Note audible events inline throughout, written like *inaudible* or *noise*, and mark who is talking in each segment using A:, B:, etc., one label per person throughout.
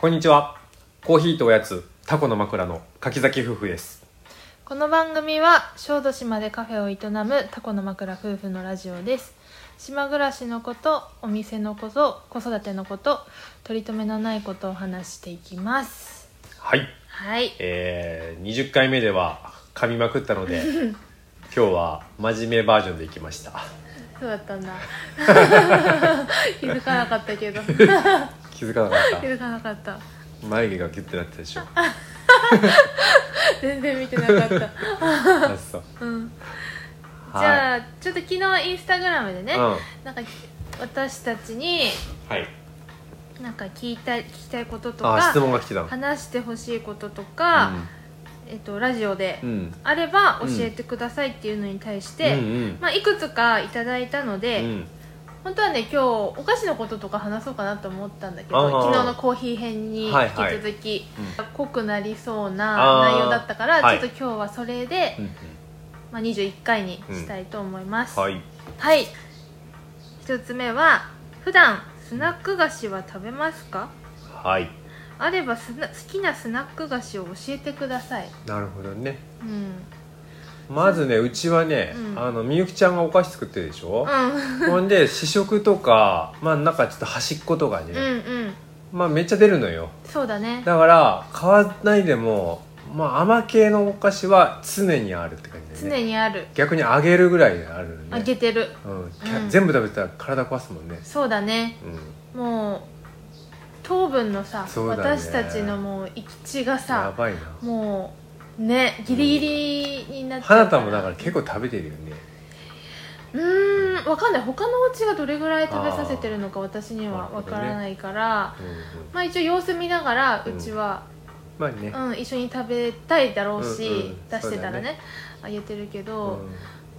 A: こんにちは。コーヒーとおやつ、タコの枕の柿崎夫婦です。
B: この番組は小豆島でカフェを営むタコの枕夫婦のラジオです島暮らしのことお店のこと子育てのこと取り留めのないことを話していきます
A: はい。
B: はい
A: えー、20回目では噛みまくったの *laughs* で、今日は真面目バージョンでいきました。
B: そうだったんだ気づかなかったけど気
A: 気づかなかっ
B: づかなかった
A: た。眉毛がギュッてなってたでしょ。
B: 全然見てなかった
A: あそう。
B: うんじ
A: は
B: ゃあ、ちょっと昨日インスタグラムで
A: い。
B: ね、なんか私たちに
A: うん。はい。
B: なんか聞いた聞きたいことと
A: あ、
B: か
A: 質問が来てたの。
B: 話してほしいこととか、えっと、ラジオで
A: うん。うん。
B: あれば教えてくださいっていうのに対して、
A: うんうん
B: まあ、いくつかいただいたので、
A: うん。
B: 本当はね今日お菓子のこととか話そうかなと思ったんだけ
A: あ
B: ど
A: ー
B: 昨日のコーヒー編に引き
A: はいはい
B: 続き、
A: う
B: 濃くなりそう
A: あ
B: な
A: ー
B: 内容だったから
A: はい
B: ちょっと今日はそれで、
A: うんうん。
B: まあ、21回にしたいと思います、
A: はい。
B: はい一つ目は普段スナック菓子は食べますか
A: はい。
B: あればスナ好きなスナック菓子を教えてください、
A: なるほどね。
B: うん、
A: まずね、うちはね、
B: うん
A: あの、みゆきちゃんがお菓子作ってるでしょ、
B: *laughs* う
A: ほんで、試食とか、まあなんかちょっと端っことかね、
B: んうんうん
A: まあめっちゃ出るのよ
B: そうだね
A: だから買わないでもまあ甘系のお菓子は常にあるって感じだよね
B: 常にある
A: 逆に揚げるぐらいあるよね
B: あげてる
A: うんキャ
B: うん
A: 全部食べたら体壊すもんね
B: そうだね
A: うん
B: もう糖分のさ、
A: そうだね
B: 私たちのもう行き地が
A: や
B: さ
A: ばいな
B: もうねギリギリになっちゃ
A: 花
B: うか
A: 田
B: ら
A: もだから結構食べてるよね
B: うーんわかんない他のお家がどれぐらい食べさせてるのか私にはわからないから、
A: うんうん
B: まあ一応様子見ながら
A: うん
B: うちは、
A: まあね
B: うん一緒に食べたいだろうし、
A: うんうん
B: 出してたら
A: そうだ
B: ね
A: ね
B: あげてるけ
A: う
B: ど、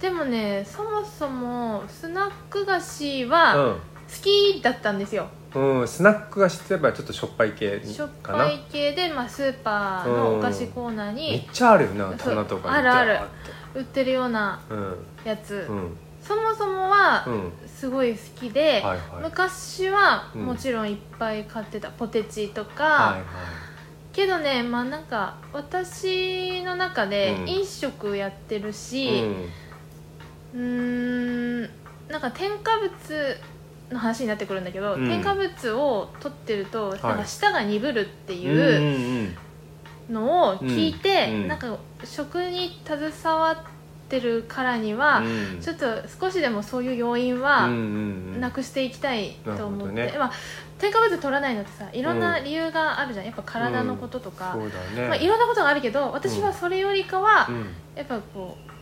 A: ん
B: でもねそもそもスナック菓子
A: う
B: は好
A: ん
B: きだったんですよ、
A: うん、スナックが知ってればちょっとしょっぱい系
B: しょっ
A: かな
B: ぱい系で、まあ、スーパーのお菓子コーナ
A: め
B: ー
A: っ
B: に
A: ちゃあるよな棚とかに
B: あるある
A: ダーって
B: 売ってるような
A: うん
B: やつ、
A: うん
B: そもそも
A: う
B: は
A: ん
B: すごい好きで、
A: はいはい
B: 昔は
A: うん
B: もちろんいっぱい買ってた、ポテチとか、
A: はいはい
B: けどねまあなんか私の中で
A: うん
B: 飲食やってるし
A: うん
B: うーんなんか添加物の話になってくるんだけど、
A: うん
B: 添加物を取ってると、なんか舌が鈍るっていうう、
A: んうんうん
B: のを聞いて、
A: うんうん
B: なんか食に携わってるからには、
A: うん
B: ちょっと少しでもそういう要因は
A: うんうんうん
B: なくしていきたいと思って、
A: なるほどね
B: まあ、添加物取らないのってさいろんな理由があるじゃんやっぱ体のこととか、
A: そうだね、
B: まあ、いろんなことがあるけど私はそれよりかは、
A: うん
B: やっぱこう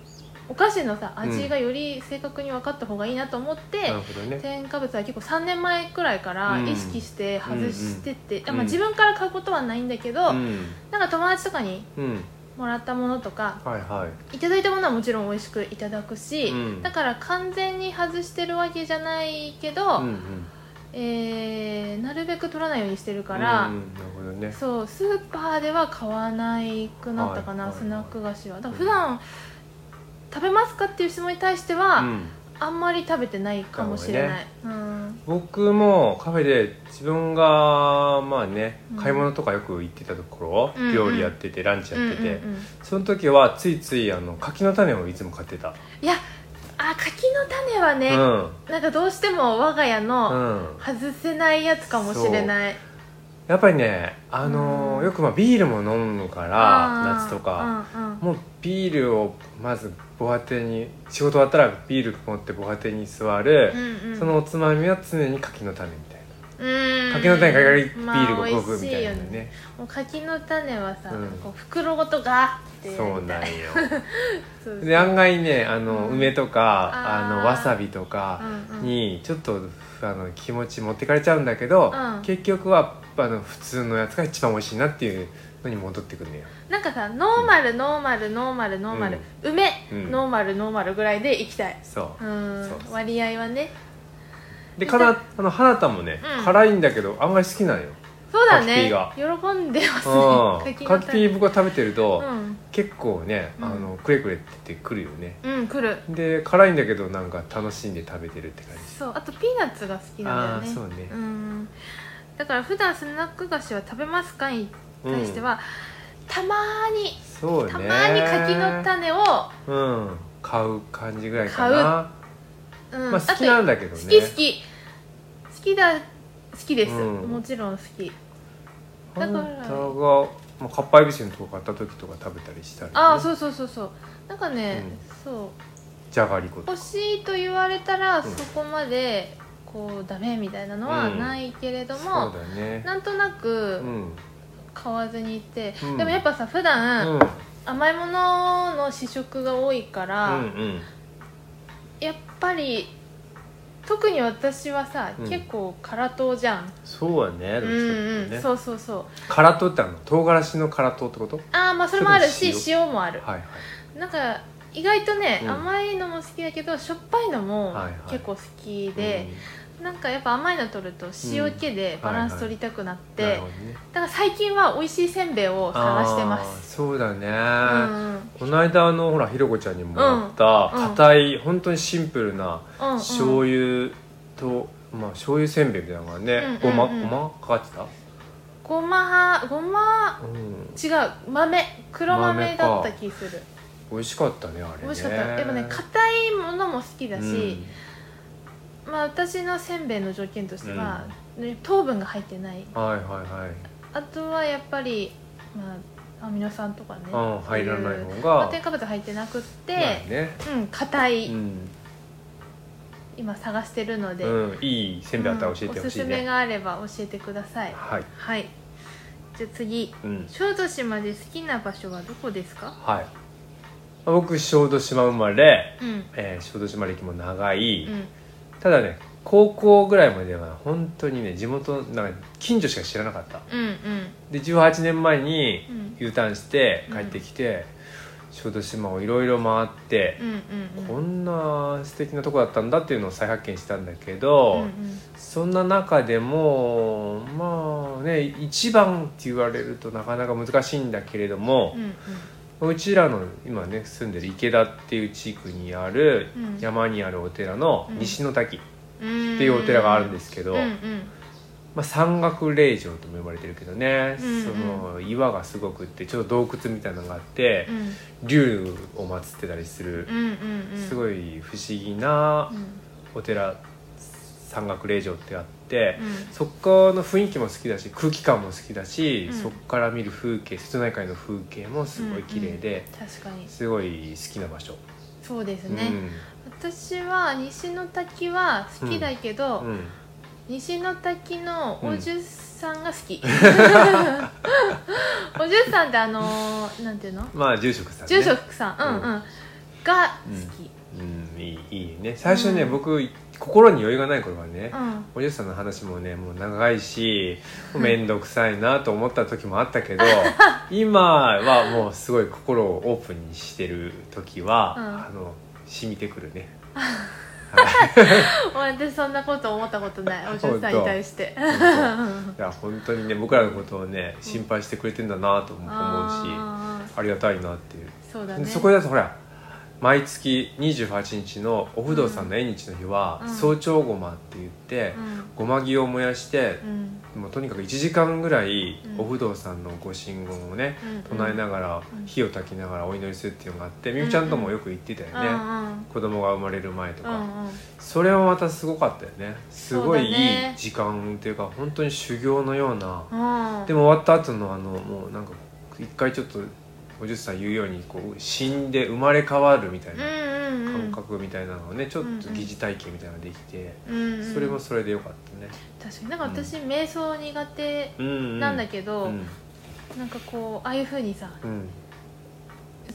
B: お菓子のさ
A: ん
B: 味がより正確に分かった方がいいなと思って、
A: なるほどね
B: 添加物は結構3年前くらいから意識して外してて、
A: うん
B: まあ、自分から買うことはないんだけど、
A: うん、
B: なんか友達とかに
A: うん、
B: もらったものとか
A: はいはい
B: ただいたものはもちろん美味しくいただくし、
A: うん
B: だから完全に外してるわけじゃないけど、
A: い、うんうん、
B: えーなるべく取らないようにしてるから、
A: うん、なるほどね
B: そうスーパーでは買わないくなったかな、
A: はいはいはい
B: スナック菓子はだから普段、食べますかっていう質問に対しては、
A: うん、
B: あんまり食べてないかもしれない、うん
A: 僕もカフェで自分がまあね
B: うん
A: 買い物とかよく行ってたところ、
B: うんうん
A: 料理やっててランチやってて、
B: うんうんうん
A: その時はついついあの柿の種をいつも買ってた、
B: いやあ柿の種はね、
A: うん
B: なんかどうしても我が家の、
A: うん、
B: 外せないやつかもしれない
A: やっぱりねあのー
B: うん
A: よくまあビールも飲むから夏とか、、
B: うんうん
A: もうビールをまず防波堤に仕事終わったらビール持って防波堤に座る、
B: うんうん
A: そのおつまみは常に柿の種みたいな
B: うん
A: 柿の種かかりビ
B: まあ
A: ールがごくみたいな
B: 美味しよ
A: ね
B: もう柿の種はさ、
A: うん
B: こう袋ごとガーって
A: そうなんよ
B: *laughs* そうそう
A: で案外ねあの
B: うん
A: 梅とか
B: あー
A: あのわさびと
B: う
A: か
B: んうん
A: にちょっとあの気持ち持ってかれちゃうんだけど
B: うん
A: 結局はあの普通のやつが一番美味しいなっていうのに戻ってくるのよ
B: なんかさノーマルノーマルノーマルノーマル、梅、
A: うん
B: ノーマルノーマルぐらいでいきたい
A: そうそ
B: ん
A: うそう
B: 割合はね
A: うでかなあの花田もね
B: うん
A: 辛いんだけど案外好きなのよ
B: そうだ
A: 柿ピー
B: ね
A: が
B: 喜んでます
A: う
B: ね
A: ん
B: 柿の
A: 柿ピー
B: 種
A: 僕が食べてると
B: うん、
A: 結構ね
B: うん
A: あのくれくれって言ってくるよね
B: うん、来る
A: で辛いんだけどなんか楽しんで食べてるって感じ
B: そうあとピーナッツが好きなんだよね
A: あーそうね
B: んだから普段スナック菓子は食べますかに対しては、たまーに
A: そうね
B: たまーに柿の種を、
A: うん買う感じぐらいかな
B: うん
A: まあ好きなんだけどね
B: 好き好き好きだ好きです、
A: うん
B: もちろん好きだから
A: 本当が、まあ、かっぱえびせんとか買った時とか食べたりしたり、ね、
B: ああそうそうそうそうなんかね、そ
A: じゃがりこ
B: う
A: とか
B: 欲しいと言われたら
A: ん
B: そこまでこうダメみたいなのは
A: うん
B: ないけれども、
A: そうだね
B: なんとな
A: う
B: く
A: ん
B: 買わずにいて、
A: うん
B: でもやっぱさ普段、
A: うん
B: 甘いものの試食が多いから、
A: うん
B: やっぱり特に私はさ、
A: うん
B: 結構辛党じゃん
A: そうやねどっちかっ
B: うん、
A: ていううんとね
B: そうそうそう
A: 辛党ってあの唐辛子の辛党ってことは
B: ああまあそれもあるし
A: そ
B: 塩もある
A: いはい
B: なんか意外とね、
A: うん
B: 甘いのも好きだけどしょっぱいのも
A: はいはい
B: 結構好きで、なんかやっぱ甘いの取ると塩気でバランス取りたくなって、
A: うんなるほどね
B: だから最近は美味しいせんべいを探してま
A: あー
B: す
A: そうだね、
B: うんうん
A: この間あのほらひろこちゃんにもらった
B: うんうん
A: 硬い、本当にシンプルな
B: うんうん
A: 醤油と、まあ醤油せんべいみたいなのがね、
B: うんうん
A: ごま
B: うん
A: ごまかかってた、
B: ごまごま
A: うん、
B: 違う豆黒豆だった気する、
A: 美味しかったねあれね
B: 美味しかったでもね硬いものも好きだし、まあ私のせんべいの条件としては、ね糖分が入ってない
A: うん、はいはいはい、
B: あとはやっぱり、まあ、アミノ酸とかね
A: うん、入らない
B: の
A: 方
B: まあ、
A: が
B: 添加物入ってなくっ
A: まあ
B: て、
A: ね
B: うん硬い、
A: うん、
B: 今探してるので、
A: うん、いいせんべいあったら教えて
B: うんお
A: ほ
B: す
A: し
B: す
A: い
B: め
A: ね、
B: があれば教えてください
A: はい、
B: はいじゃあ次
A: うん、
B: 小豆島で好きな場所はどこですか
A: はい僕小豆島生まれ、
B: うんうん
A: えー小豆島歴も長い、ただね高校ぐらいまでは本当にね地元なんか近所しか知らなかった
B: うんうん
A: で18年前に
B: うん
A: U ターンして帰ってきて、小豆島をいろいろ回って
B: う、んうん
A: こんな素敵なとこだったんだっていうのを再発見したんだけど、
B: うんうん
A: そんな中でもまあね一番って言われるとなかなか難しいんだけれども
B: うん、
A: うちらの今ね住んでる池田っていう地区にある
B: うん
A: 山にあるお寺の
B: うん
A: 西の滝っ
B: うん
A: ていうお寺があるんですすけど、
B: うんうん
A: まあ、山岳霊場とも呼ばれてるけどね、
B: うんうん
A: その岩がすごくってちょっと洞窟みたいなのがあって
B: うん
A: 竜を祀ってたりする
B: う、んうんうん
A: すごい不思議な
B: うん
A: お寺山岳霊場ってあって。
B: うん
A: そこの雰囲気も好きだし空気感も好きだし、
B: うん
A: そこから見る風景瀬戸内海の風景もすごい綺麗で、
B: 確かに
A: すごい好きな場所、
B: そうです
A: うん
B: ね、私は西の滝は好きだけど、
A: うん
B: 西の滝のおじゅさんが好き、 *laughs* おじゅさんってあのーなんていうの
A: まあ住職さんね
B: 住職さん、うんうん、が好き、
A: うん、いいいいね最初ね、僕心に余裕がない頃はね、
B: うん
A: お嬢さんの話もねもう長いし面倒くさいなと思った時もあったけ
B: *laughs*
A: ど今はもうすごい心をオープンにしてる時は、
B: うん
A: あの染みてくる
B: *laughs*
A: ね
B: 私そんなこと思ったことないおじゅさんに対して
A: 本いや本当にね僕らのことをね心配してくれてんだなとも思うし、あ
B: あ
A: りがたいなっていう、
B: ーそうだ
A: で
B: ね
A: そこだとほら毎月28日のお不動さんの縁日の日は、
B: うん
A: 早朝ごまって言って、
B: うん
A: ごま木を燃やして
B: う、ん
A: もうとにかく1時間ぐらい
B: うん
A: お不動さんのご神言をね、
B: うん
A: 唱えながら、
B: うん
A: 火を焚きながらお祈りするっていうのがあってみゆきちゃんともよく行ってたよ
B: うん
A: ね、
B: うん
A: 子供が生まれる前と
B: う
A: か、
B: んうん
A: それもまたすごかったよねすごいい
B: そう
A: い
B: だね
A: 時間っていうか本当に修行のような、
B: うん
A: でも終わった後のあのもうなんか一回ちょっとおじゅさん言うようにこう死んで生まれ変わるみたい
B: うん
A: な
B: うんうん
A: 感覚みたいなのをねちょっと疑似体験みたいなのができて、
B: うんうん
A: それもそれでよかったね、
B: 確かになんか私、瞑想苦手
A: うんうん、
B: なんだ
A: け
B: けど、
A: うん
B: なんかこうああいうふうにさ
A: うん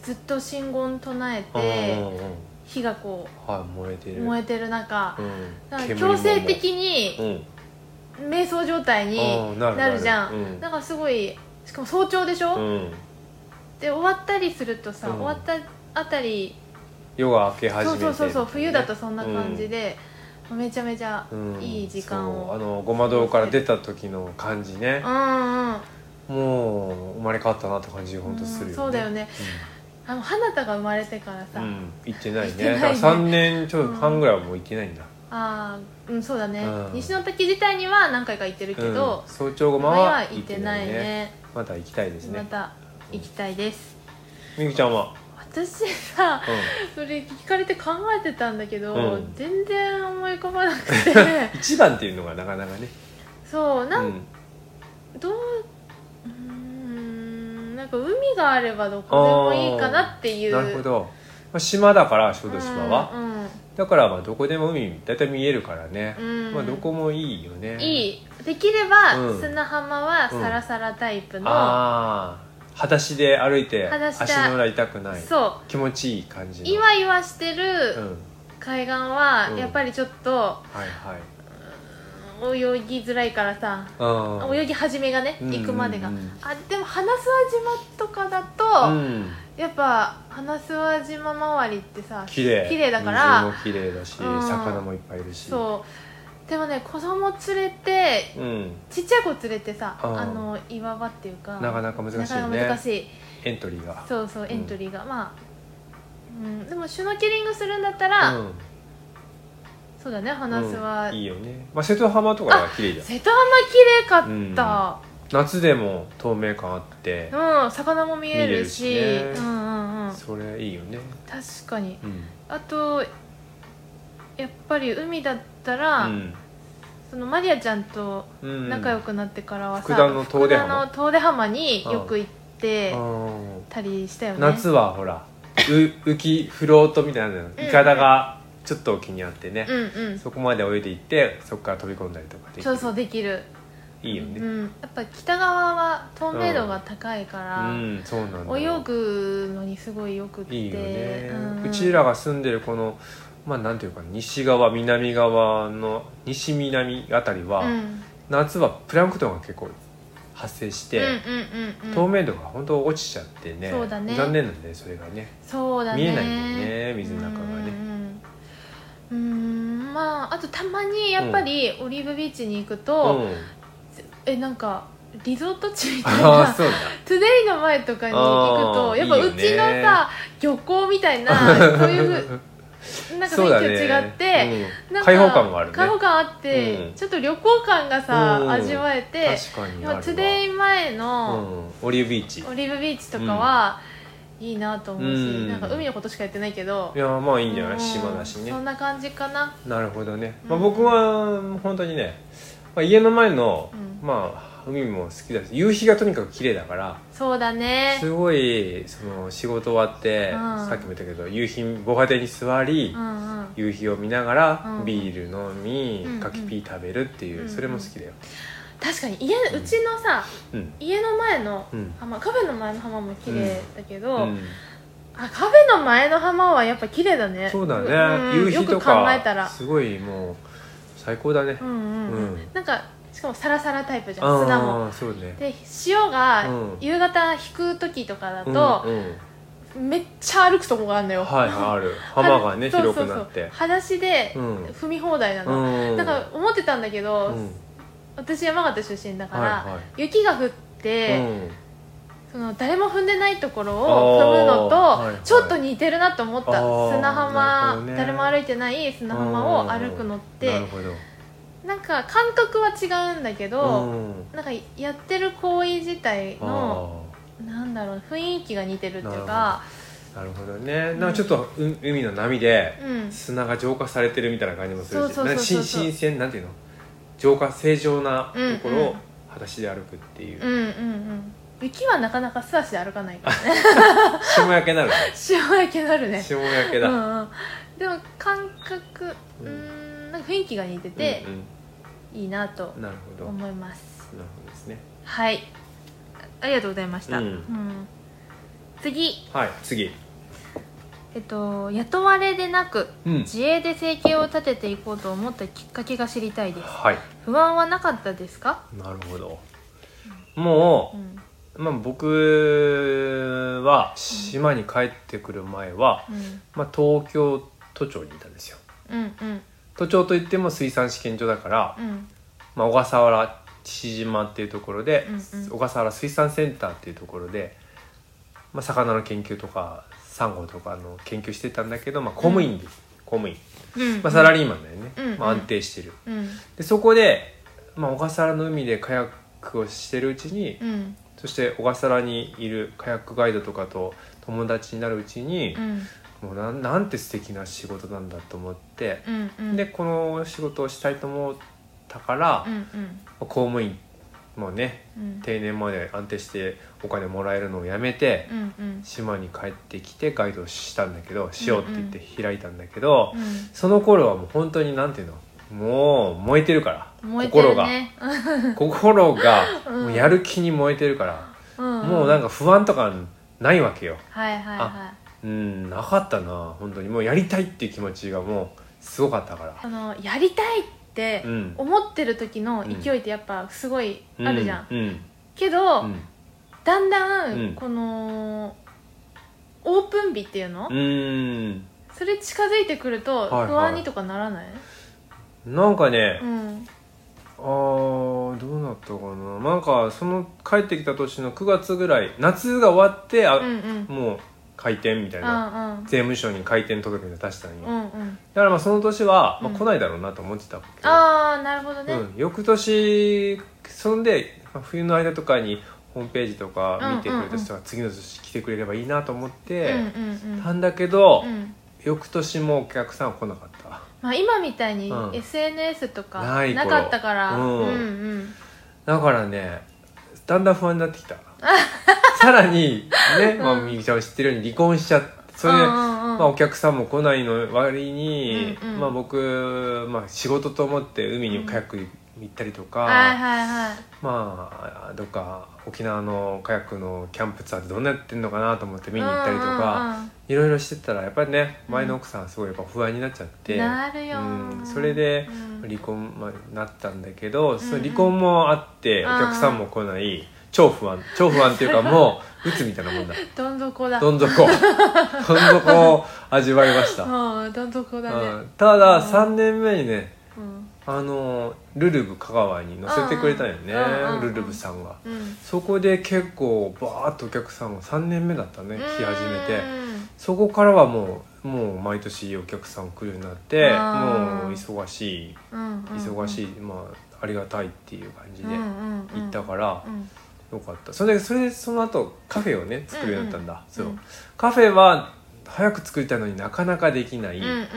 B: ずっと信言唱え
A: うんうん
B: て
A: うん
B: 火がこ
A: はい燃えて
B: う
A: る
B: 燃えてる中
A: うん
B: なんか
A: 煙も
B: 強制的に
A: うん
B: 瞑想状態
A: あ
B: に
A: ー
B: なるじゃん、
A: うん
B: なんかすごいしかも早朝でしょ、
A: うん
B: で終わったりするとさ、
A: うん
B: 終わったあたり
A: 夜が明け始
B: そ
A: め
B: う
A: て
B: そうそうそう冬だとそんな感じで、めちゃめちゃ
A: うん
B: いい時間
A: そうあ
B: を
A: のごま堂から出た時の感じね
B: うん、うん
A: もう生まれ変わったなって感じが本当するよね、
B: うんそうだよねあの花田が生まれてから
A: う
B: さ、
A: ん、うん行ってない
B: 行っ
A: ね
B: てない
A: だ
B: ね
A: から3年ちょっと半ぐらいはもう行ってないんだ、
B: ああうんそうだね、
A: うん
B: 西の滝自体には何回か行ってるけど
A: うん、早朝ごま
B: 前は
A: は
B: 行ってないね
A: また行きたいです
B: ま
A: ね
B: た行きたいです
A: みゆきちゃんは、
B: 私さそれ聞かれて考えてたんだけど、
A: うん
B: 全然思い浮かばなくて
A: *laughs*
B: *laughs*
A: うん、一番っていうのがなかなかね
B: そうなん、
A: うん
B: どううーんなんか海があればどこでもいいかなっていう
A: なるほど、まあ、島だから小豆島は、
B: うん
A: だからまあどこでも海大体見えるからね、
B: うん
A: まあどこもいいよねい
B: いいできれば、
A: うん
B: 砂浜はサラサラタイプの、
A: ああ裸足で歩いて
B: 裸足で
A: 足の裏痛くない
B: そ
A: 気持ちいい感じ
B: う
A: の
B: いわいわして
A: うん
B: る海岸は、
A: うん
B: やっぱりちょっと
A: はいはい
B: 泳ぎづらいからさ、
A: あ
B: 泳ぎ始めがね、
A: うん
B: 行くまでが、
A: うんうん
B: あでも花諏訪島とかだと、
A: うん
B: やっぱ花諏訪島周りってさ
A: 綺麗
B: 綺麗だから
A: 水も綺麗だし、
B: うん
A: 魚もいっぱいいるし
B: そうでもね子供連れて
A: う、ん、
B: ちっちゃい子連れてさ
A: あー
B: あの岩場っていうか
A: なかなか難しいね
B: なかなか難しい
A: エントリーが
B: そうそう
A: うん
B: エントリーが、まあ、うん、でもシュノーケリングするんだったら、
A: うん
B: そうだね花諏
A: う
B: は、
A: んいいよね、まあ、瀬戸浜とかが綺麗じゃん
B: 瀬戸浜綺麗かっ
A: 夏でも透明感あって
B: た、うん魚も見えるし
A: 見れるしね
B: うんうんうん
A: それいいよね
B: 確かに
A: うん、
B: あとやっぱり海だったら、
A: うん
B: そのマリアちゃんと
A: うん、
B: 仲良くなってからはさ、
A: 福田の遠出浜
B: 福田の遠出浜によく行って
A: うん
B: たりしたよね
A: 夏はほらう浮きフロートみたいなのいかだがちょっと沖にあってね、
B: うんうん
A: そこまで泳いで行ってそこから飛び込んだりとかできる
B: そうそうできる
A: いいよね
B: うん、やっぱ北側は透明度が高いか
A: う
B: ら、
A: ん、そうなんだ
B: 泳ぐのにすごいよくって
A: いいよね、
B: ん
A: うちらが住んでるこのまあなんていうか西側南側の西南あたりは、
B: うんうん
A: 夏はプランクトンが結構発生して、
B: うんうんうん
A: 透明度が本当落ちちゃってね
B: そうだね
A: 残念なんだよねそれがね
B: そうだね
A: 見えないんだよね水の中がね
B: うんうんうんうんまああとたまにやっぱりオリーブビーチに行くと、
A: うん
B: えなんかリゾート地みたい
A: ああ
B: な
A: そうだ
B: トゥデイの前とかに行く
A: あ
B: と
A: ー
B: やっぱ
A: いいよ
B: う
A: ね
B: ちのさ漁港みた
A: *laughs*
B: いなそういうふう *laughs* なんか
A: そうだね
B: 雰囲気と違って、
A: う
B: なん
A: ん、
B: か
A: 開放感があるね
B: 開放感あって、
A: うん
B: ちょっと旅行感がさ、
A: うん
B: 味わえて
A: 確かにある
B: まあ
A: わ
B: トゥデイ前
A: う
B: の
A: ん、オリーブビーチい
B: オリーブビーチとかは、いいなと思うし、
A: うん
B: なんか海のことしかやってないけど
A: やーまあいいんじゃな
B: う
A: い島だしね
B: そんな感じかな
A: なるほどね、
B: うん
A: まあ、僕は本当にね、まあ、家の前の、
B: うん
A: まあ、海も好きだし夕日がとにかく綺麗だから
B: そうだね
A: すごいその仕事終わって、
B: うん
A: さっきも言ったけど夕日防波堤に座り、
B: うんうん
A: 夕日を見ながら、
B: うん
A: ビール飲み、
B: うん
A: カキピー食べるっていう、
B: うん
A: それも好きだよ
B: 確かに家うちのさ
A: うん
B: 家の前の
A: うん
B: 浜カフェの前の浜も綺麗だけど、
A: うん
B: あカフェの前の浜はやっぱ綺麗だね
A: そうだね、
B: ん
A: 夕日と
B: よく考えた
A: からすごいもう最高だね
B: うんうん、うん
A: うん
B: なんかしかもサラサラタイプじゃん砂も
A: ああそうね
B: で潮が
A: うん
B: 夕方引く時とかだ
A: う
B: と、
A: んうん
B: めっちゃ歩くとこがあるのよ、
A: はいある浜がね
B: そうそう
A: 広
B: そう
A: くなって
B: 裸足で
A: うん
B: 踏み放題なの、
A: うん
B: なんか思ってたんだけど、
A: うん
B: 私山形出身だから、
A: はいはい
B: 雪が降って、
A: うん
B: その誰も踏んでないところを踏むのと、
A: あーはいはい
B: ちょっと似てるなと思った
A: あー
B: 砂
A: なる
B: 浜、
A: ほどね
B: 誰も歩いてない砂浜を歩くのっ
A: な
B: て
A: るほど
B: なんか感覚は違うんだけど、
A: ん
B: なんかやってる行為自体の
A: あ
B: なんだろう雰囲気が似てるっていうか
A: あなるほどねなんかちょっとう海の波で
B: うん
A: 砂が浄化されてるみたいな感じもするし
B: そうそうそうそう
A: なんか新新鮮なんていうの浄化正常なところ
B: うんうん
A: を裸足で歩くっていう
B: うんうんうん雪はなかなか素足で歩かない
A: *laughs*
B: からね
A: 霜焼けなる
B: *laughs*
A: ね
B: 塩焼けになるね
A: 霜焼け
B: う
A: だうん
B: んうんでも感覚う
A: うん
B: んなんか雰囲気が似てていいなと
A: うんなるほどなる
B: 思います
A: ほどですね
B: はいあありがとうございました、
A: うん
B: うん次
A: はい次
B: えっと雇われでなく
A: うん
B: 自営で生計を立てていこうと思ったきっかけが知りたいです
A: はい
B: 不安はなかったですか、
A: なるほどもう
B: うん
A: まあ、僕は島に帰ってくる前は、
B: うん、
A: まあ、東京都庁にいたんですよ
B: うんうん
A: 都庁といっても水産試験場だから、
B: うん
A: まあ、小笠原父島っていうところで、
B: うんうん
A: 小笠原水産センターっていうところで、まあ、魚の研究とかサンゴとかの研究してたんだけど、まあ、公務員で公務員、
B: うん
A: まあ、サラリーマンだよね、
B: うん
A: まあ、安定してる
B: うん
A: でそこで、まあ、小笠原の海でカヤックをしてるうちに、
B: うん
A: そして小笠原にいるカヤックガイドとかと友達になるうちに
B: う、ん
A: もうなんなんて素敵な仕事なんだと思って、
B: うんうん
A: でこの仕事をしたいと思ったから、
B: うん
A: 公務員もね
B: うんうん
A: 定年まで安定してお金もらえるのをやめて、
B: うんうん
A: 島に帰ってきてガイドをしたんだけどしようって言って開いたんだけど、
B: うん
A: その頃はもう本当になんていうのもう燃えてるから
B: 燃えてる
A: 心が
B: ね
A: 心
B: *laughs*
A: が
B: うん
A: もうやる気に燃えてるから、
B: うんうん
A: もうなんか不安とかないわけよ
B: はいはいはい
A: うんなかったな本当にもうやりたいっていう気持ちがもうすごかったから
B: あのやりたいって
A: うん
B: 思ってる時の勢いってやっぱすごいあるじゃん、
A: うんうん
B: けど、
A: うん
B: だんだ
A: うんん
B: このオープン日っていうの、
A: うん
B: それ近づいてくると
A: はいはい
B: 不安にとかならない、
A: なんかね、
B: うん
A: あーどうなったかななんかその帰ってきた年の9月ぐらい夏が終わってあ、
B: うんうん
A: もう開店みたいな、
B: あ
A: 税務署に開店届みたいなの出したのに、
B: うんうんうんうん
A: だからまあその年は、まあ、
B: うん
A: 来ないだろうなと思ってたけど、
B: ああなるほどね、
A: うん、翌年そんでまあ冬の間とかにホームページとか見てくれた人が次の年来てくれればいいなと思っ
B: うん
A: て
B: うんうん
A: たんだけど、
B: うん
A: 翌年もお客さんは来なかった
B: まあ、今みたいに
A: うん
B: SNS とか
A: ない
B: な
A: 頃
B: かったから、
A: うん
B: うんうん
A: だからねだんだん不安になって
B: *laughs*
A: きたさらにね、まあ、
B: うん
A: みゆきちゃんは知ってるように離婚しちゃってそれで、
B: うん
A: ま
B: うんうん
A: あ、お客さんも来ないの割に、
B: うんうん
A: まあ、僕、まあ、仕事と思って海にカヤック行ったりと
B: はい
A: か、
B: はいはい
A: まあどっか沖縄のカヤックのキャンプツアーってどんなやってんのかなと思って見に行ったりとか、
B: うんうんうん
A: いろいろしてたらやっぱりね
B: うん
A: 前の奥さんはすごいやっぱ不安になっちゃって、
B: なるよ、
A: うんそれで
B: うん
A: 離婚まあなったんだけど、そ
B: うん
A: の離婚もあってお
B: あー
A: 客さんも来ない超不安超不安っていうかもう鬱みたいなもんだ
B: どん底だ
A: どん底どん底を味わいました、
B: うんどん底だ
A: う
B: ね
A: んただ
B: うん
A: 3年目にね
B: うん
A: あのルルブ香川に乗せてくれたよね、
B: うんうん
A: ルルブさんが
B: うん
A: そこで結構バーッとお客さんを3年目だったね来始めて。
B: うん
A: そこからはもうもう毎年お客さん来るようになって
B: あー
A: もう忙しい
B: うんうん
A: 忙し
B: い
A: い、まあ、ありがたいっていう感じで行
B: 行
A: ったから
B: らうん
A: よかったそれでそれでその後カフェをね作るようになったんだ、そう
B: うん
A: カフェは早く作りたいのになかなかできない、
B: うんうん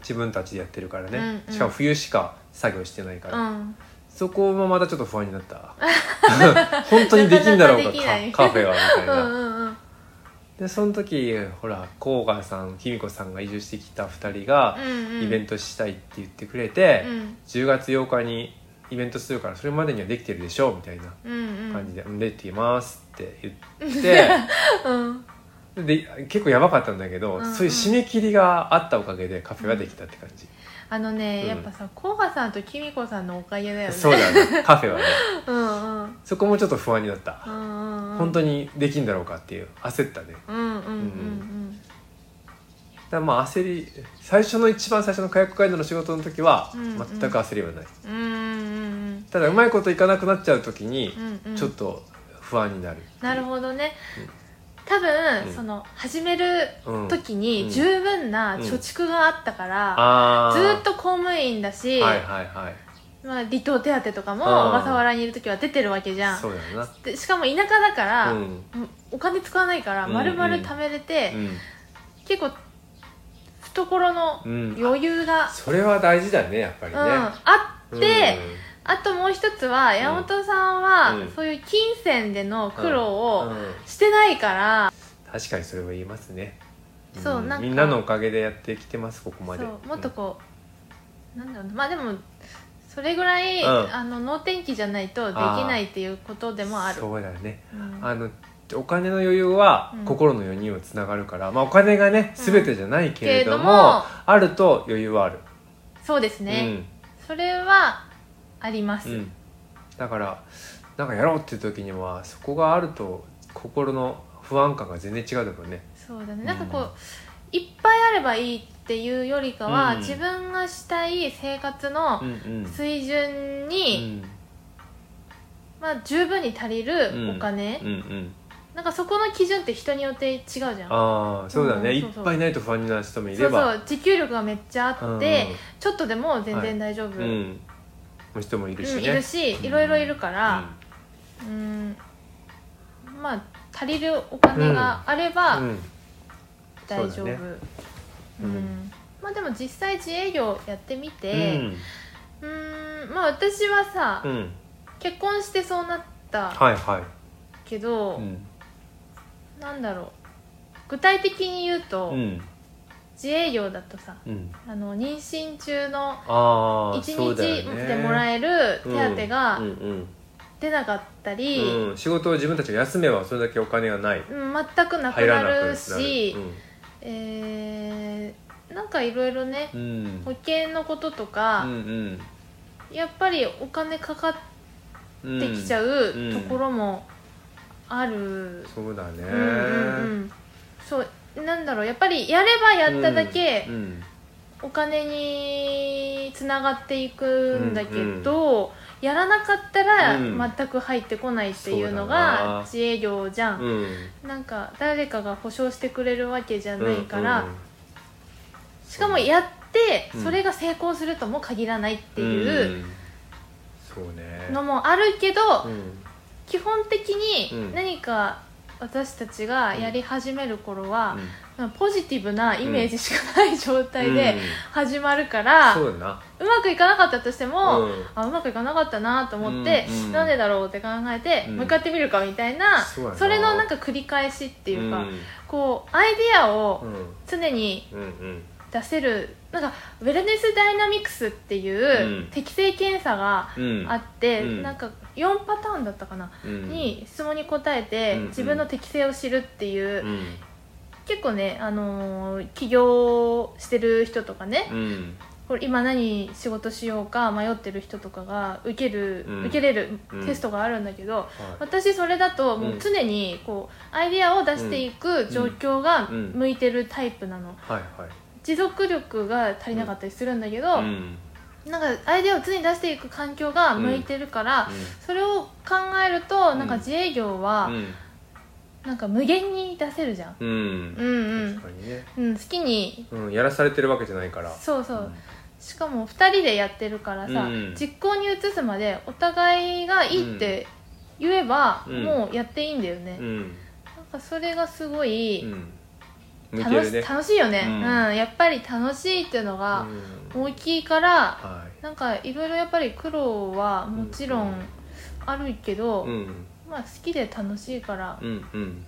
A: 自分たちでやってるからね、
B: うんうん
A: しかも冬しか作業してないから、
B: うん
A: そこもまたちょっと不安になった *laughs* 本当にできんだろうか
B: なかなかできない
A: カカフェはみたい
B: うん
A: な。
B: うんうん
A: でその時ほら甲賀さん卑美子さんが移住してきた2人が
B: うんうん
A: イベントしたいって言ってくれて、
B: うん
A: 10月8日にイベントするからそれまでにはできてるでしょうみたいな
B: うんうん
A: 感じで「うん、できてます」って言
B: *laughs*
A: って
B: うん
A: で結構やばかったんだけど、
B: うんうん
A: そういう締め切りがあったおかげでカフェができたって感じ、
B: あのね
A: うん
B: やっぱさ甲賀さんときみこさんのおかげだよね
A: そうだねカフェはね
B: うんうん
A: そこもちょっと不安になった、
B: うんうん
A: 本当
B: に
A: にできんだろうかっていう焦ったね
B: うんうんうん
A: だからまあ焦り最初の一番最初の火薬ガイドの仕事の時は
B: うんうん
A: 全く焦りはない、
B: うんうんうん
A: ただうまいこといかなくなっちゃう時に
B: うんうんうん
A: ちょっと不安になる、
B: なるほどね
A: うん
B: 多分、
A: うん
B: その始める
A: うん
B: 時
A: う
B: に
A: ん
B: 十分な貯蓄があったから、
A: あ
B: ず
A: ー
B: ーっと公務員だし、
A: はいはいはい
B: まあ、離島手当とかも
A: あー
B: 小笠原にいる時は出てるわけじゃん
A: そうだよな
B: でしかも田舎だから、
A: うん
B: お金使わないから
A: うん
B: 丸々貯めれて、
A: うん
B: 結構懐の
A: うん
B: 余裕が、
A: それは大事だねやっぱり
B: う
A: ね
B: ん、あ
A: う
B: っ
A: ん、
B: て、あともう一つは山本さんは、
A: うん
B: そういう金銭での苦労
A: うん
B: を
A: うん
B: してないから、
A: 確かにそれは言えますね
B: そうなんか
A: みんなのおかげでやってきてますここまで
B: そうもっとこう、なんだろうなまあでもそれぐらい、
A: うん
B: あの能天気じゃないとできないっていうことでもある
A: そうだよね
B: うん
A: あのお金の余裕は
B: うん
A: 心の余裕をつながるから、まあ、お金がね
B: うん
A: 全てじゃないけれども,、
B: けれども
A: あると余裕はある、
B: そうですね、それはありま
A: う
B: す、
A: んうん、だからなんかやろうっていう時にはそこがあると心の不安感が全然違うだろうね
B: そうだねなんか
A: う
B: こ
A: ん
B: ういっぱいあればいいっていうよりかは、
A: うん
B: 自分がしたい生活の
A: うんうん
B: 水準に、
A: うん
B: まあ、十分に足りるお金
A: うんうん
B: なんかそこの基準って人によって違うじゃん
A: ああそうだね、
B: うん
A: い
B: そう
A: っ
B: そう
A: ぱいないと不安になる人もい
B: そ
A: れ
B: うそ
A: ば
B: う持久力がめっちゃあって、ちょっとでも全然大丈夫、
A: うん、うん、もう人もいるし
B: うん
A: ね
B: いるし
A: うん
B: いろいろいるからうんまあ足りるお金があれば
A: うんうん
B: 大丈
A: そ
B: 夫、
A: うだね
B: う
A: うんん
B: まあでも実際自営業やってみ
A: う
B: て
A: ん
B: うんまあ私はさ、
A: うん
B: 結婚してそうなった
A: はいはい
B: けど、
A: うん
B: なんだろう具体的に言うと、
A: うん
B: 自営業だとさ
A: うん
B: あの妊娠中の
A: ああそう
B: 1
A: だ
B: 日
A: よね
B: でもらえる手当が
A: うんうん
B: 出なかったり、
A: うんうん仕事を自分たちが休めばそれだけお金がない
B: うん全くなく
A: 入ら
B: な
A: なくな
B: る
A: る
B: し
A: うん
B: えーなんかいろいろね
A: うん
B: 保険のことと
A: う
B: か、
A: ん
B: やっぱりお金かかっ
A: うん
B: てきちゃ
A: う
B: う
A: うん
B: ところもある、
A: んそうだね
B: うんうんうんそうなんだろうやっぱりやればやっただけ
A: うんうん
B: お金につながっていくんだけど、やらなかったら
A: うん
B: 全く入ってこないっていうの
A: そうだ
B: が
A: な
B: 自営業じゃん、
A: うん
B: なんか誰かが保証してくれるわけじゃ
A: う
B: ない
A: ん
B: から、
A: うん
B: しかもやって
A: うん
B: それが成功するとも限らないっていう
A: うんそうね
B: のもあるけど、
A: うん
B: 基本的
A: う
B: に
A: ん
B: 何か私たちがやり始める頃は、ポジティブなイメージしかない状態
A: う
B: で
A: ん
B: 始まるから、う
A: そうだ
B: まくいかなかったとして
A: な
B: も、
A: うん
B: あうまくいかなかったなと思って、
A: うんうん
B: なんでだろうって考えて、
A: うん
B: 向かってみるかみたいな
A: そうやな
B: れのなんか繰り返しっていうか、
A: ん
B: こうアイディアを
A: うん
B: 常に
A: うんうん
B: 出せるなんかウェルネスダイナミクスっていう
A: うん
B: 適性検査が
A: うん
B: あって、
A: うん
B: なんか4パターンだったかな、
A: うん
B: に質問に答えて、
A: うん
B: 自分の適性を知るっていう、
A: うん
B: 結構ね、あのー起業してる人とかね、
A: うん
B: これ今何仕事しようか迷ってる人とかが受ける、
A: うん
B: 受けれる
A: うん
B: テストがあるんだけど、
A: はい
B: 私それだともう常にこうアイディアを出していく状況が
A: うん
B: 向いてるタイプなの。
A: はいはい
B: 持続力が足りなかったりするんだけど、
A: うん
B: なんかアイデアを常に出していく環境が向いてるから、それを考えると
A: うん
B: なんか自営業はなんか無限に出せるじゃん、
A: うんうん
B: うん、うん
A: 確かにね
B: うん好きに
A: うんやらされてるわけじゃないから
B: そうそうしかも2人でやってるからさ、
A: うん
B: 実行に移すまでお互いがいいって言えば、
A: うん
B: もうやっていいんだよね、
A: うん
B: なんかそれがすごい
A: うん向いて
B: 楽
A: る
B: し,、
A: ね
B: 楽しいよね、う
A: うんん
B: やっぱり楽しいっていうのが
A: うん
B: 大きいから、
A: は
B: なんかいろいろやっぱり苦労はもちろんあるけど、
A: いうん
B: まあ好きで楽しいから、
A: うんうん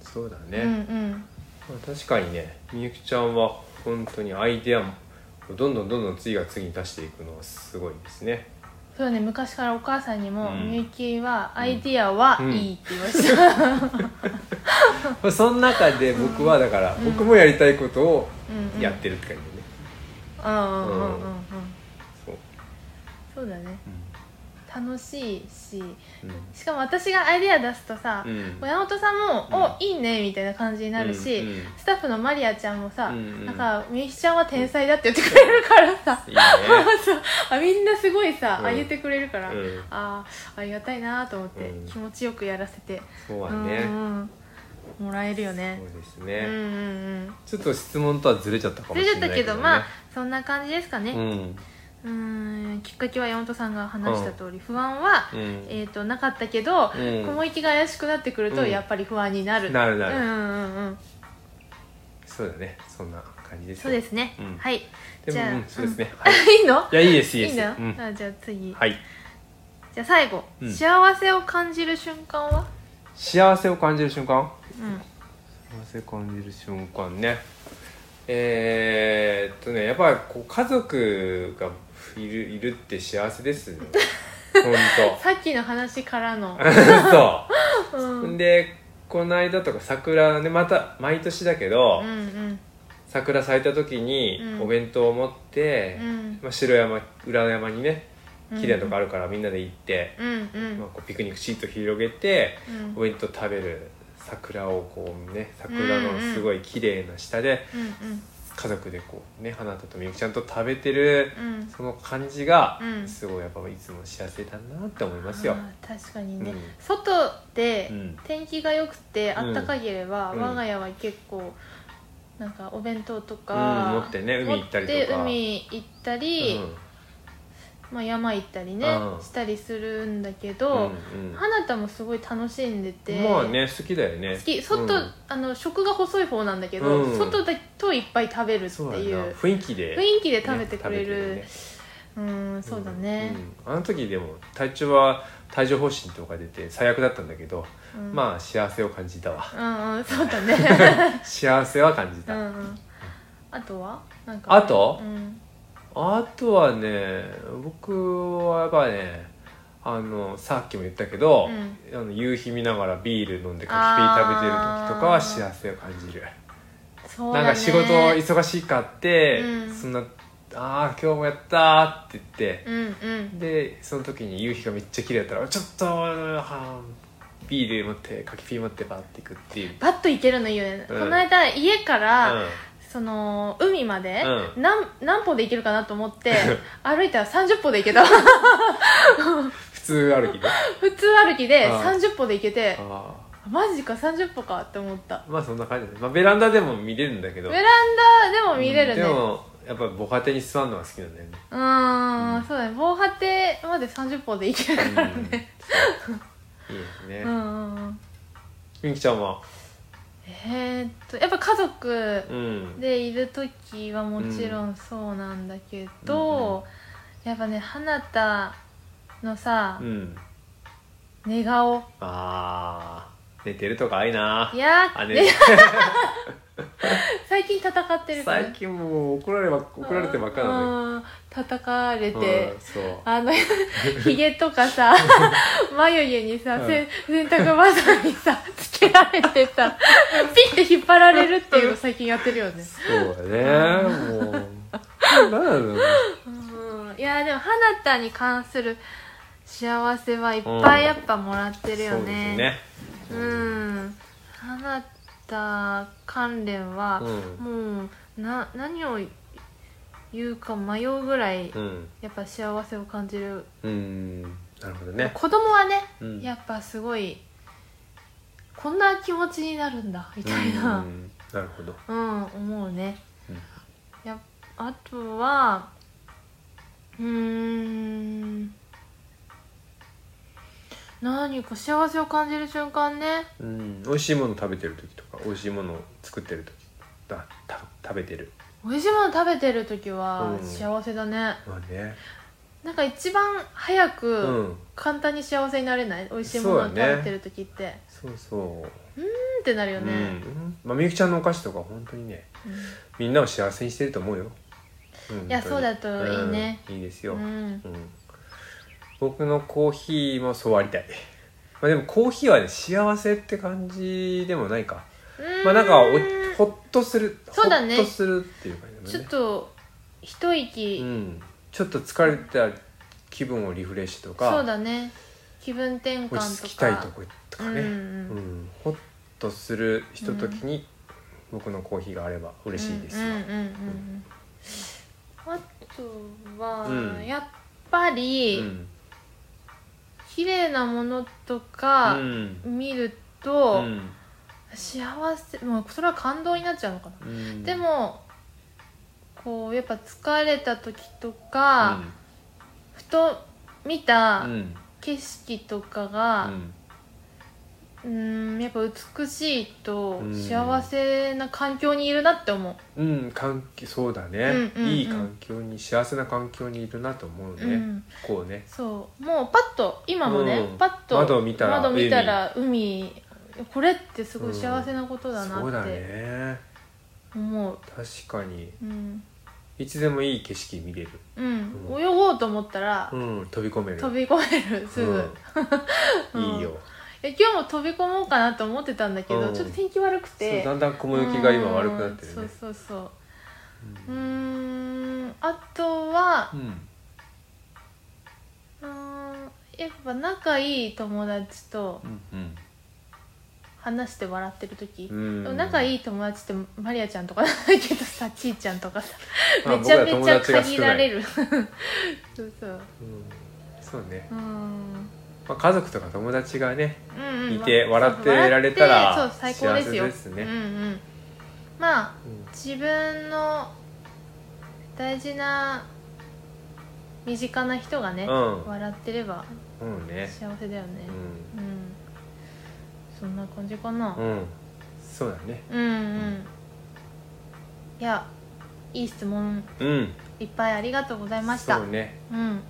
A: そうだ
B: うん
A: ねまあ確かにねみゆきちゃんは本当にアイデアをどんどんどんどん次が次に出していくのはすごいですね
B: そうね昔からお母さんにも
A: う
B: 「
A: ん
B: みゆきはアイディアはいい」って言われ
A: *laughs*
B: てた、
A: まあその中で僕はだから僕もやりたいことを
B: うんうん、
A: やってるって感じだね
B: うんうんうんうんうん
A: そう
B: そうだね楽しいし
A: うん
B: しかも私がアイディア出すとさ、
A: うん
B: 親元さんも「
A: うん
B: おいいね」みたいな感じになるし、
A: うんうん
B: スタッフのマリアちゃんもさ、
A: うんうん
B: なんか「みゆきちゃんは天才だ」って言ってくれるからさ、
A: いいね
B: *laughs* そうあみんなすごいさ、
A: うん
B: あ言ってくれるから、
A: うん
B: あーありがたいなと思って、
A: うん
B: 気持ちよくやらせて、
A: そうは
B: う
A: ね
B: んうんもらえるよ
A: そ
B: ね
A: うです
B: う
A: ね
B: んうん
A: ちょっと質問とはずれちゃったか
B: うん
A: も
B: そ
A: しれ
B: れだ
A: な
B: った
A: い
B: け
A: けど
B: ど
A: ね
B: まあそんな感じですか
A: う
B: ね
A: ん
B: うんんきっかけは山本さんが話した通り、不安は、
A: うん
B: えー、となかったけど、
A: うん
B: 雲行きが怪しくなってくると、
A: うん
B: やっぱり不安になる
A: なるなる
B: うんうんうんうん
A: そうだねそんな感じです
B: そうですすね、
A: うん
B: はい
A: で
B: じゃあ
A: もうんそうですね
B: うん *laughs* いいの
A: いやいいですいい
B: い
A: です
B: いんだよ、
A: うん
B: あじゃあ次、
A: はい
B: じゃあ最後、
A: うん
B: 幸せを感じる瞬間は
A: 幸せを感じる瞬間
B: うん
A: 幸せ感じる瞬間ねえー、っとねやっぱりこう家族がいるいるって幸せです
B: *laughs*
A: よほんと
B: さっきの話からの
A: *laughs* そう、、
B: うん
A: でこの間とか桜ねまた毎年だけど、
B: うんうん
A: 桜咲いた時に
B: うん
A: お弁当を持って、
B: うん
A: まあ、白山裏山にね
B: うん
A: 綺麗なとこあるからみんなで行って、
B: うんうん
A: まあ、こうピクニックシート広げて
B: うん
A: お弁当食べる桜をこうね桜のすごい綺麗な下で
B: うんうん
A: 家族でこうね花田とみゆきちゃんと食べてる
B: うん
A: その感じが
B: うん
A: すごいやっぱいつも幸せだなって思いますよ、
B: あー確かにね、
A: うん
B: 外で
A: うん
B: 天気が良くて
A: ん
B: あったかければ、
A: うん
B: 我が家は結構なんかお弁当と
A: うん
B: か、
A: 持ってね海行ったりとか
B: 持って海行ったり、
A: うん
B: まあ、山行ったりね、
A: うん
B: したりするんだけど、
A: うんうん
B: 花田もすごい楽しんでて
A: まあね好きだよね
B: 好き外、
A: うん
B: あの食が細い方なんだけど、
A: うん
B: 外だといっぱい食べるって
A: そうだ
B: い
A: な
B: う
A: 雰囲気で
B: 雰囲気で食べてくれる,、
A: ね
B: うんそうだね、
A: うんあの時でも体調は帯状疱疹とか出て最悪だったんだけど、
B: うん
A: まあ幸せを感じたわ *laughs*
B: うんうんそうだね
A: 幸せは感じ
B: う
A: た、
B: んうんあとはなんか
A: あと
B: うん
A: あとはね僕はやっぱねあのさっきも言ったけど、あの夕日見ながらビール飲んでカキピー食べてる時とか
B: あ
A: は
B: ー
A: 幸せを感じる、
B: そうだ
A: なん
B: ね
A: か仕事忙しいかって、
B: うん
A: そんな「ああ今日もやった」って言って、
B: うんうん
A: でその時に夕日がめっちゃ綺麗だったら「ちょっとはービール持ってカキピー持ってバーっていく」っていう、
B: バッと行けるのいいよね、
A: うん
B: この間家か
A: う
B: ら、
A: ん、
B: その海まで、
A: う
B: なん何歩で行けるかなと思って
A: *laughs*
B: 歩いたら30歩で行けた *laughs*
A: 普通歩きで
B: 普通歩きで
A: ああ
B: 30歩で行けて
A: あ
B: マジか30歩かって思った
A: ーまあそんな感じで、まあ、ベランダでも見れるんだけど
B: ベランダでも見れるね
A: うん
B: う
A: でもやっぱ防波堤に座るのが好きなんだよね
B: ーんそうだね防波堤まで30歩で行けるからね
A: うんいいですね、
B: うんうんうん
A: みゆきちゃんは
B: えーっとやっぱ家族
A: うん
B: でいる時はもちろんそうなんだけ
A: うんうん
B: ど、やっぱね花田のさ、
A: うん
B: 寝顔
A: あー寝てるとかあいない
B: や
A: あ
B: ー、
A: ね
B: ね、 *laughs* 最近戦ってるから
A: 最近もう怒られば怒られてばっかなんだ
B: うん叩かれ
A: けど
B: て
A: うん、そう *laughs*
B: あのひげとかさ眉毛にさ、
A: うん
B: せん洗濯バサミさつけられて
A: *laughs*
B: さピッて引っ張られるっていうの *laughs* 最近やってるよね
A: そうだね
B: *laughs*
A: もう何なんだろうね
B: うんいやーでも花田に関する幸せはいっぱいやっぱもらってるよ
A: そうです
B: ね
A: ね
B: うん花田関連は、
A: う
B: もうな何を言うか迷うぐらい
A: うん
B: やっぱ幸せを感じる、
A: うんなるほどね
B: 子供はね、
A: うん
B: やっぱすごいこんな気持ちになるんだみたいな
A: うんなるほど
B: うん、思うね
A: うん
B: やあとはうーん何か幸せを感じる瞬間ね
A: うん美味しいもの食べてる時とか美味しいものを作ってる時だた食べてる
B: 美味しいもの食べてる時は
A: うん
B: 幸せだね、
A: まあね
B: なんか一番早く、
A: うん
B: 簡単に幸せになれない美味しいものを
A: そう
B: 食
A: だね
B: べてる時ってう,、
A: そうそう
B: ーんってなるよ
A: う
B: ね、
A: んまあみゆきちゃんのお菓子とか本当にね
B: うん
A: みんなを幸せにしてると思うよ、うん
B: いや
A: 本当に
B: そうだといいね
A: うんいいです
B: う
A: よ、うん
B: ん
A: 僕のコーヒーもそうありたいまあでもコーヒーはね幸せって感じでもないかまあなんか
B: う
A: お
B: ーん
A: ほっとする
B: そうだね
A: ほっとするっていう感じ
B: ち
A: だ
B: ょっ
A: ね
B: と一
A: う
B: 息、
A: ん、ちょっと疲れた気分をリフレッシュとか
B: そうだね気分転換とか
A: 落ち着きたいとことかね、
B: うん
A: う
B: うん
A: ん、ほっとするひとときに僕のコーヒーがあれば嬉しいですよ、
B: うんうんうんうんあとは、
A: うん
B: やっぱり、
A: うん
B: 綺麗なものと
A: う
B: か
A: ん
B: 見ると、
A: うん
B: 幸せもうそれは感動になっちゃうのかな
A: うん
B: でもこうやっぱ疲れた時とか、ふと見
A: う
B: た
A: ん
B: 景色とか
A: う
B: が
A: ん
B: うんんやっぱ美しいと
A: うん
B: 幸せな環境にいるなって思
A: うん環境そうだね、
B: うんうんうん
A: いい環境に幸せな環境にいるなと思うね、
B: う、うん、
A: こうね
B: そうもうパッと今もね、
A: うん
B: パッと
A: 窓見たら
B: 窓見たら海これってすごい幸せなことだ
A: そう
B: な
A: だ
B: って
A: ね
B: 思う、
A: 確かに
B: うん
A: いつでもいい景色見れる、
B: うん
A: うん
B: 泳ごうと思ったら、
A: うん、飛び込める
B: 飛び込めるすぐ、
A: うんいいよ、
B: え今日も飛び込もうかなと思ってたんだけど、
A: うん
B: ちょっと天気悪くて
A: そうだんだん雲行きが今悪くなってるね
B: うんそうそうそううーんあとは
A: うん
B: うーんやっぱ仲いい友達と
A: うんうん
B: 話して笑ってる時、
A: うん
B: でも仲いい友達ってマリアちゃんとかだけどさちーちゃんとかさ
A: まあ
B: めちゃめ
A: 僕
B: ち
A: ら
B: ゃ
A: 友達が少ない
B: 限られる *laughs* そうそう
A: うんそうね、
B: うん
A: まあ、家族とか友達がね
B: うんうん
A: いて
B: まあ
A: 笑ってられたら
B: そう最高ですよ
A: 幸せですね
B: うんうん、まあ
A: うん
B: 自分の大事な身近な人がね、
A: うん
B: 笑ってれば
A: うんね
B: 幸せだよね
A: う
B: うん、そんな感じかな、
A: ん、うん、そうだね
B: うん、うんいやいい質問
A: うん
B: いっぱいありがとうございました
A: そうね
B: うん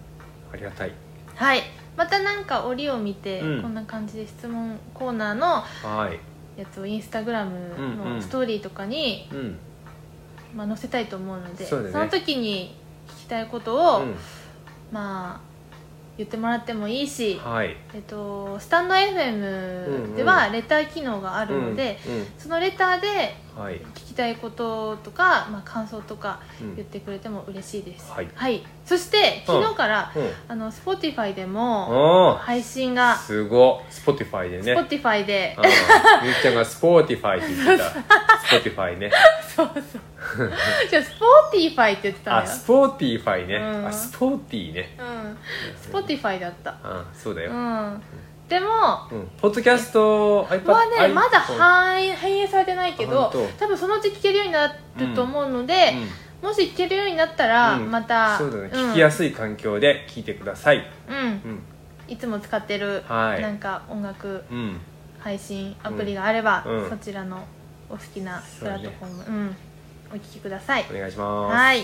A: ありがたい
B: はいまたなんか折を見て、
A: うん
B: こんな感じで質問コーナーの
A: はい
B: やつをインスタグラム
A: うんう
B: の
A: ん
B: ストーリーとかに、
A: うん
B: まあ、載せたいと思うので
A: そうだね
B: の時に聞きたいことを、
A: うん
B: まあ言ってもらってもいいし、
A: はい
B: えっと、スタンド
A: うんう
B: FM
A: ん
B: ではレター機能があるので、
A: うん
B: そのレターで
A: うんはい
B: 聞きたいこととか、まあ、感想とか
A: うん
B: 言ってくれても嬉しいです、
A: はい
B: そして
A: うん
B: 昨日から、
A: うん
B: あの Spotify でも
A: あ
B: 配信
A: あ
B: が
A: すごい Spotify でね
B: Spotify で、
A: ああゆっちゃんが Spotify って言って
B: *laughs*
A: た Spotify ね
B: そうそうじゃあ Spotify って言ってた
A: あ
B: んだよ
A: Spotify ね
B: うん
A: あ Spotify ね
B: うん Spotify だった
A: あそうだ
B: う
A: よ
B: んでも
A: うんポッドキャスト iPad
B: はね
A: iPhone
B: まだ反映反映されてないけ
A: あ
B: ど
A: 本
B: 多分そのうち聞けるようになると思うので、もし聞けるようになったら
A: うん
B: また、
A: そうだね
B: ん
A: 聞きやすい環境で聞いてください
B: うん
A: うん
B: いつも使ってる、
A: はい
B: なんか音楽
A: うん
B: 配信アプリがあれば、
A: うんうん
B: そちらのお好きなプ
A: そう
B: ラ
A: だ
B: ッ
A: ね
B: トフォームう、ん、お聞きください
A: お願いします
B: はい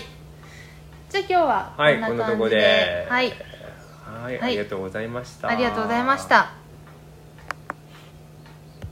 B: じゃあ今日は
A: はい
B: こ
A: こ
B: ん
A: ん
B: な
A: なと
B: 感じ
A: こ
B: で
A: で
B: はい、
A: はいありがとうございました
B: ありがとうございました